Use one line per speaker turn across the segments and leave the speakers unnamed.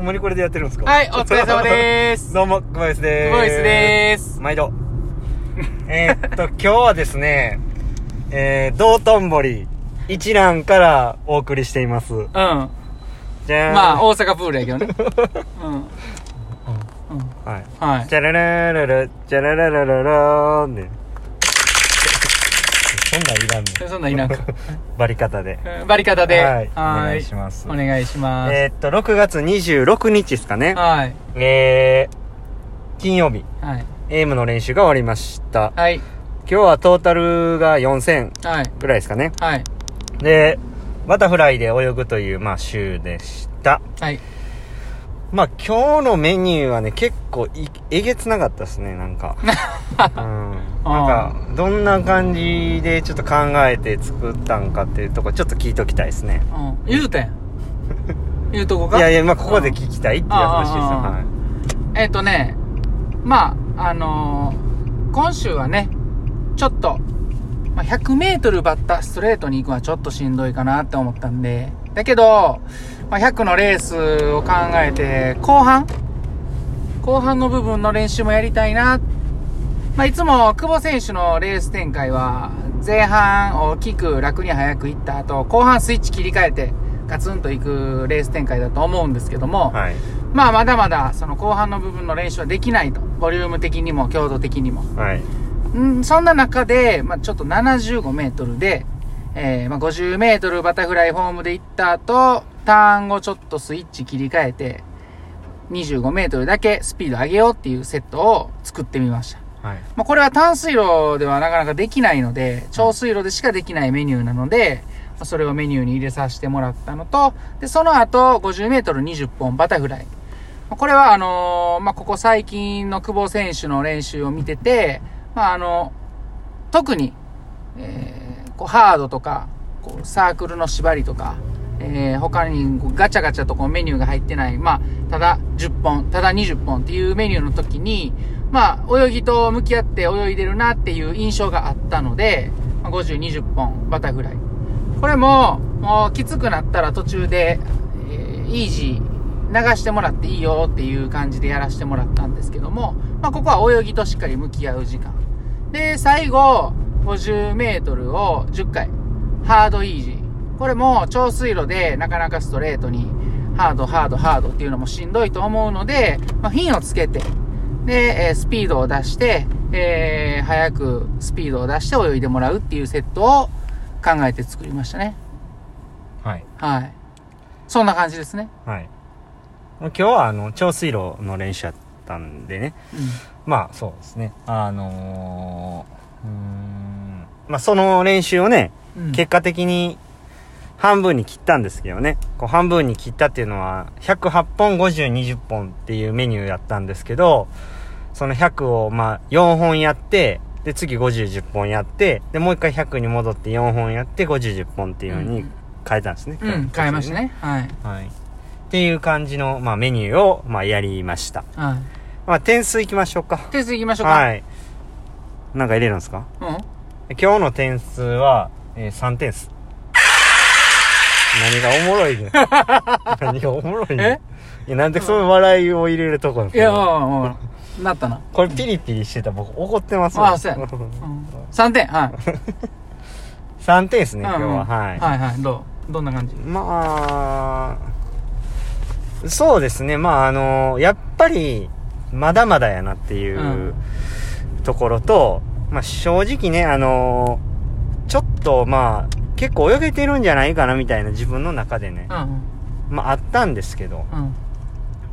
無理これでやってるんですか
はい、お疲れ様でー す。
どうも、久保ですでーす。
久保ですでーす
毎度。えーっと、 今日はですね、えー、道頓堀一覧からお送りしています。
うん。ま
じゃーん。
あ、大阪プールやけどね。 うん。うん。
はい。
はい。
じゃらららら、じゃらららららーんで。そんなんいらんね
そんなんいらんか。
バリ方で。
うんバリ方で。
はい
ー
お願いします
お願いします。
えーっと、6月26日ですかね。
はい。
えー、金曜日、
はい。
エイムの練習が終わりました。
はい。
今日はトータルが4000
はい。
ぐらいですかね。
はい。
で、バタフライで泳ぐという、まあ、週でした。
はい。
まあ、今日のメニューはね、結構い、えげつなかったですね、なん か。うん。なんか、どんな感じでちょっと考えて作ったんかっていうとこ、ちょっと聞いときたいですね。
うん。言うたや ん。言うとこ
い
か
やいや、まあ、ここで聞きたいっていう話ですよ。
ああ
はい。
えっ、とね、まあ、あのー今週はね、ちょっと、まあ、100メートルバッタストレートに行くのはちょっとしんどいかなって思ったんで、だけど、まあ、100のレースを考えて、後半、後半の部分の練習もやりたいな。まあ、いつも久保選手のレース展開は、前半大きく楽に速くいった後、後半スイッチ切り替えて、ガツンと行くレース展開だと思うんですけども、
はい。
まあまだまだその後半の部分の練習はできないと。ボリューム的にも強度的にも。
はい。
うんそんな中で、まあちょっと75メートルで、えー、まあ50メートルバタフライフォームで行った後、ターン後ちょっとスイッチ切り替えて、25メートルだけスピード上げようっていうセットを作ってみました。
はい。
まあこれは淡水路ではなかなかできないので、長水路でしかできないメニューなので、まあそれをメニューに入れさせてもらったのと、で、その後、50メートル20本バタフライ。まあこれはあのーまあ、ここ最近の久保選手の練習を見てて、まあ、あの、特に、えーこう、ハードとか、こう、サークルの縛りとか、えー他にこうガチャガチャとこうメニューが入ってない、まあ、ただ10本、ただ20本っていうメニューの時に、まあ、泳ぎと向き合って泳いでるなっていう印象があったので、まあ、50、20本、バタフライ。これも、もうきつくなったら途中で、えーイージー流してもらっていいよっていう感じでやらせてもらったんですけども、まあ、ここは泳ぎとしっかり向き合う時間。で、最後、50メートルを10回、ハードイージー。これも超水路でなかなかストレートに、ハード、ハード、ハードっていうのもしんどいと思うので、まあ、フィンをつけて、で、えースピードを出して、えー早くスピードを出して泳いでもらうっていうセットを考えて作りましたね。
はい。
はい。そんな感じですね。
はい。今日は、あの、長水路の練習やったんでね。
う
まあそうですね。あのー、うーん。まあその練習をね、
ん。うん
結果的に半分に切ったんですけどね。こう半分に切ったっていうのは、108本、50、20本っていうメニューやったんですけど、その100をまあ4本やって、で次50、10本やって、でもう一回100に戻って4本やって、50、10本っていう風に変えたんですね。
うん、変えました。ね。はい。
はい。っていう感じの、まあメニューを、まあやりました。
は
まあ点数いきましょうか。
い。点数いきましょうか。
はい。なんか入れるんですか
うん。
今日の点数は、えー、3点数。何がおもろい ねん。何がおもろいねん。いや、なんでその笑いを入れるとこなん
い
です
や、
か
うんうんうんなったな。
これピリピリしてたら僕怒ってます
あそうや うん3点。はい。
3点ですね、
うん
今日は。はい。
はいはい。どうどんな感じ
まあ、そうですね。まあ、あの、やっぱり、まだまだやなっていう、
うん
ところと、まあ、正直ね、あの、ちょっと、まあ、結構泳げてるんじゃないかなみたいな自分の中でね
う、んうん。
まあ、あったんですけど、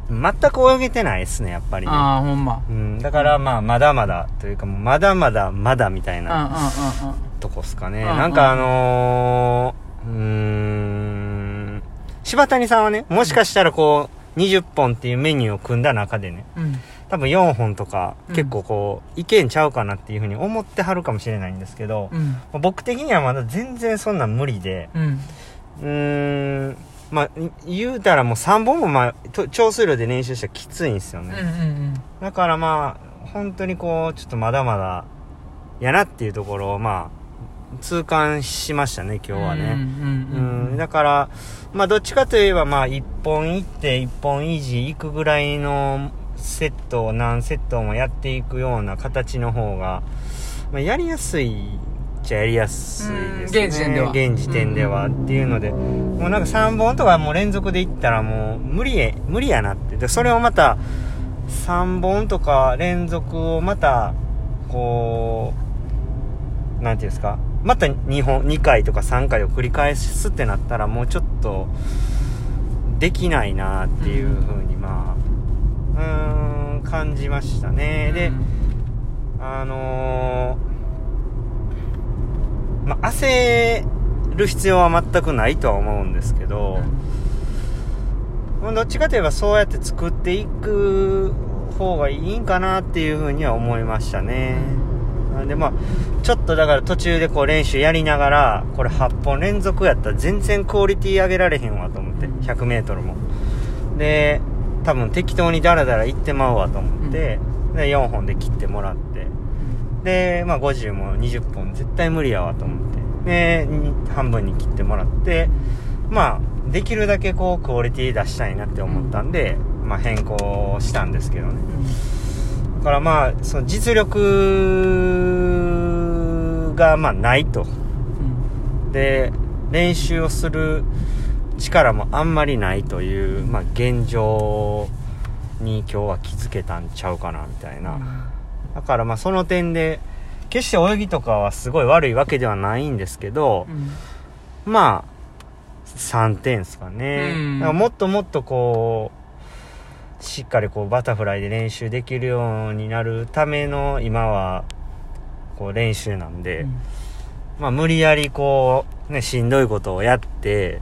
うん。
全く泳げてないですね、やっぱりね、
ああ、ほんま。
うん、だから、まあ、まだまだというか、もうまだまだ、まだみたい
うん
な。
うんうんうん。
とこっすかね。
うんうん
なんかあのー、うーん、柴谷さんはね、もしかしたらこう、20本っていうメニューを組んだ中でね、
うん。
多分4本とか
うん
結構こう、いけんちゃうかなっていうふうに思ってはるかもしれないんですけど、
うん。
僕的にはまだ全然そんなん無理で、
うん。
うーん、まあ、言うたらもう3本もまあ、と長水路で練習したらきついんですよ
うんう
ね。
ん
だからまあ、本当にこう、ちょっとまだまだ、やなっていうところを、まあ、痛感しましたね、今日はね。
うん
う
うんうん
ん、だから、まあ、どっちかといえば、まあ、一本行って、一本維持行くぐらいのセットを何セットもやっていくような形の方が、まあ、やりやすいっちゃやりやすいですね。
うん現時点では
現時点ではっていうので、もうなんか3本とかもう連続で行ったらもう無理え、無理やなって。で、それをまた、3本とか連続をまた、こう、なんていうんですかまた2本2回とか3回を繰り返すってなったらもうちょっとできないなっていうふうにまあうーん感じましたねであのーまあ焦る必要は全くないとは思うんですけど、どっちかといえばそうやって作っていく方がいいんかなっていうふうには思いましたね、なんでまあちょっとだから途中でこう練習やりながらこれ8本連続やったら全然クオリティ上げられへんわと思って 100m もで多分適当にダラダラ行ってまうわと思って、で4本で切ってもらってで、まあ、50も20本絶対無理やわと思ってでに半分に切ってもらってまあできるだけこうクオリティ出したいなって思ったんで、まあ、変更したんですけどねだからまあその実力がまあないとで練習をする力もあんまりないという、まあ、現状に今日は気づけたんちゃうかなみたいな、だからまあその点で決して泳ぎとかはすごい悪いわけではないんですけど、まあ3点ですかね、
うん
だからもっともっとこうしっかりこうバタフライで練習できるようになるための今はこう練習なんで、まあ、無理やりこう、ね、しんどいことをやって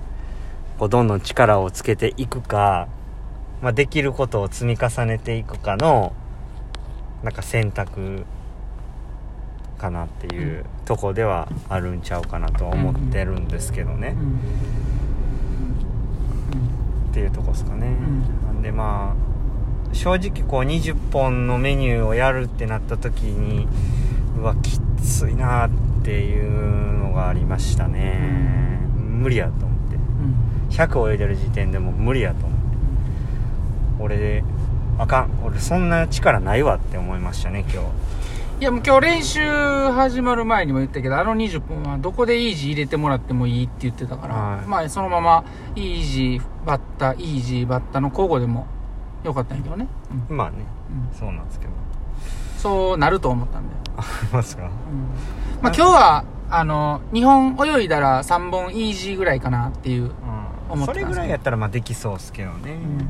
こうどんどん力をつけていくか、まあ、できることを積み重ねていくかのなんか選択かなっていうとこではあるんちゃうかなとは思ってるんですけどね、っていうとこですかね。
ん
なんでまあ正直こう20本のメニューをやるってなった時にうわきついなっていうのがありましたね無理やと思って100泳いでる時点でもう無理やと思って俺であかん俺そんな力ないわって思いましたね今
いやもう今日練習始まる前にも言ったけどあの20分はどこでイージー入れてもらってもいいって言ってたから、
はい
まあそのままイージーバッタイージーバッタの交互でもよかったんやけどね、うん
日まあね
うん
そうなんですけど
そうなると思ったんだよ、
ありますか
うんまあ今日はあの2本泳いだら3本イージーぐらいかなっていう
うん
思っ
そ
てたんですけど
れぐらいやったらまあできそうっすけどね、
んだか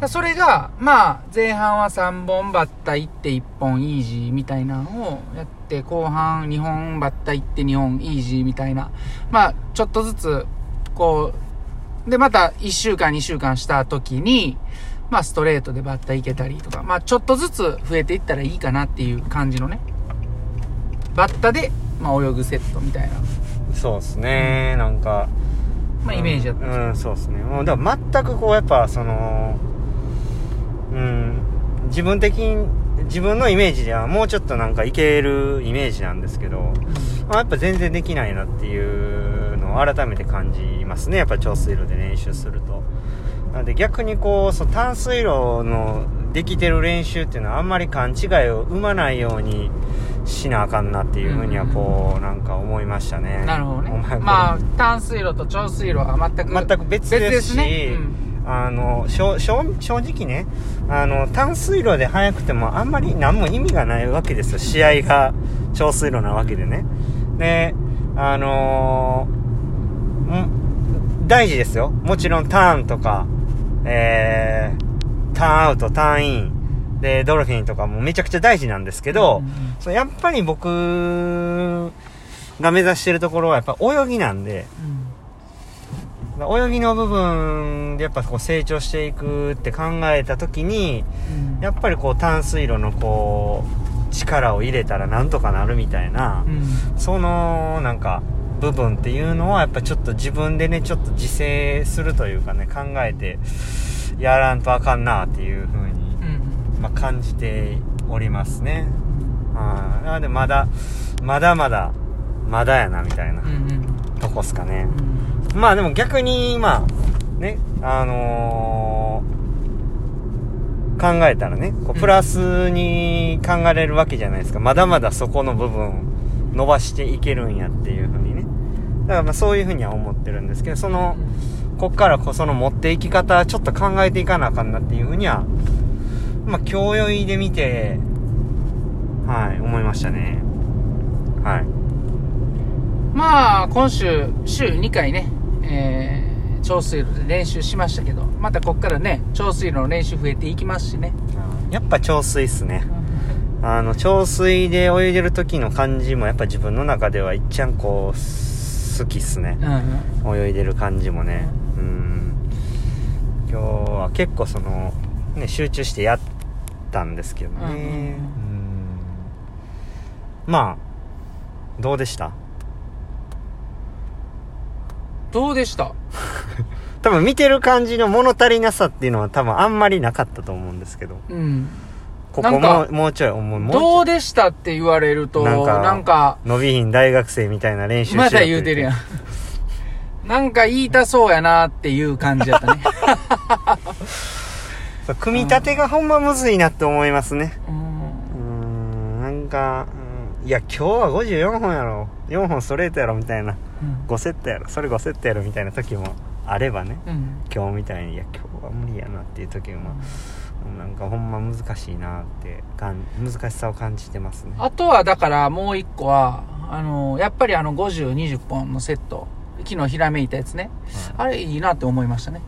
らそれが、まあ、前半は3本バッタ行って1本イージーみたいなのをやって、後半2本バッタ行って2本イージーみたいな。まあ、ちょっとずつ、こう、で、また1週間2週間した時に、まあ、ストレートでバッタ行けたりとか、まあ、ちょっとずつ増えていったらいいかなっていう感じのね。バッタで、まあ、泳ぐセットみたいな、
そうっすね、なんか
まあ、イメージだったんです
うん、そうですねもうでも全くこうやっぱそのうん自分的に自分のイメージではもうちょっとなんかいけるイメージなんですけど、まあ、やっぱ全然できないなっていうのを改めて感じますねやっぱ長水路で練習するとなので逆にこうそう短水路のできてる練習っていうのはあんまり勘違いを生まないようにしなあかんなっていうふうにはこうなんか思いましたね
けど。なるほどね
お前これ。
まあ、淡水路と長水路は全く
全く別ですし
ね。うん
あのしょしょ正直ねあの淡水路で速くてもあんまり何も意味がないわけですよ試合が長水路なわけでねであのーん大事ですよもちろんターンとか、えーターンアウトターンインでドルフィンとかもめちゃくちゃ大事なんですけど、
うんうん
そうやっぱり僕が目指してるところはやっぱ泳ぎなんで、
うん
泳ぎの部分でやっぱこう成長していくって考えた時に
うん
やっぱりこう淡水路のこう力を入れたらなんとかなるみたいな
う、ん
そのなんか部分っていうのはやっぱちょっと自分でねちょっと自制するというかね考えてやらんとあかんなっていう風に、まあ、感じておりますね。はいなのでまだまだまだまだやなみたいな
うんうん
とこっすかね
うん
まあでも逆にまあねあのー考えたらねこ
うん
うプラスに考えれるわけじゃないですか、まだまだそこの部分伸ばしていけるんやっていうふうにねだからまあそういうふうには思ってるんですけどそのこっからこうその持っていき方ちょっと考えていかなあかんなっていうふうにはまあ今日酔いで見てはい思いましたねはい
まあ今週週2回ね、えー、長水路で練習しましたけどまたこっからね長水路の練習増えていきますしね、
やっぱ潮水っすねあの潮水で泳いでる時の感じもやっぱ自分の中では一ちゃんこうす好きっすね
うんうん
泳いでる感じもねうん今日は結構そのね集中してやったんですけど
うんうん
ねうんまあどうでした
どうでした
多分見てる感じの物足りなさっていうのは多分あんまりなかったと思うんですけど
うん
こ
な
こ
んか
ももうちょいもうもうち
ど
ょ
うでしたって言われると
なんか
なんか
い伸びひん大学生みたいな練習して
まだ言うてるや
ん
ん。なんか言いたそうやなっていう感じやったね。
そう組み立てがほんまむずいなって思いますね
うん
うーんなんか、うんいや、今日は54本やろ。4本ストレートやろ、みたいな。5セットやろ、それ5セットやろ、みたいな時もあればね。
うん
今日みたいに、いや、今日は無理やなっていう時も、まあ、なんかほんま難しいなってかん、難しさを感じてますね。
あとはだからもう一個は、あの、やっぱりあの50、20本のセット、昨日ひらめいたやつね。あれいいなって思いましたね。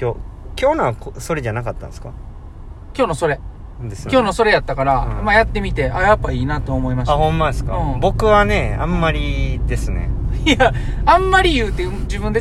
今日、今日のはこそれじゃなかったんですか
今日のそれ。
ですよね
今日のそれやったから、
うん
まあやってみて、あ、やっぱいいなと思いまし
あ、
た。
ほんまですか、
うん
僕はね、あんまりですね。
いや、あんまり言うて自分で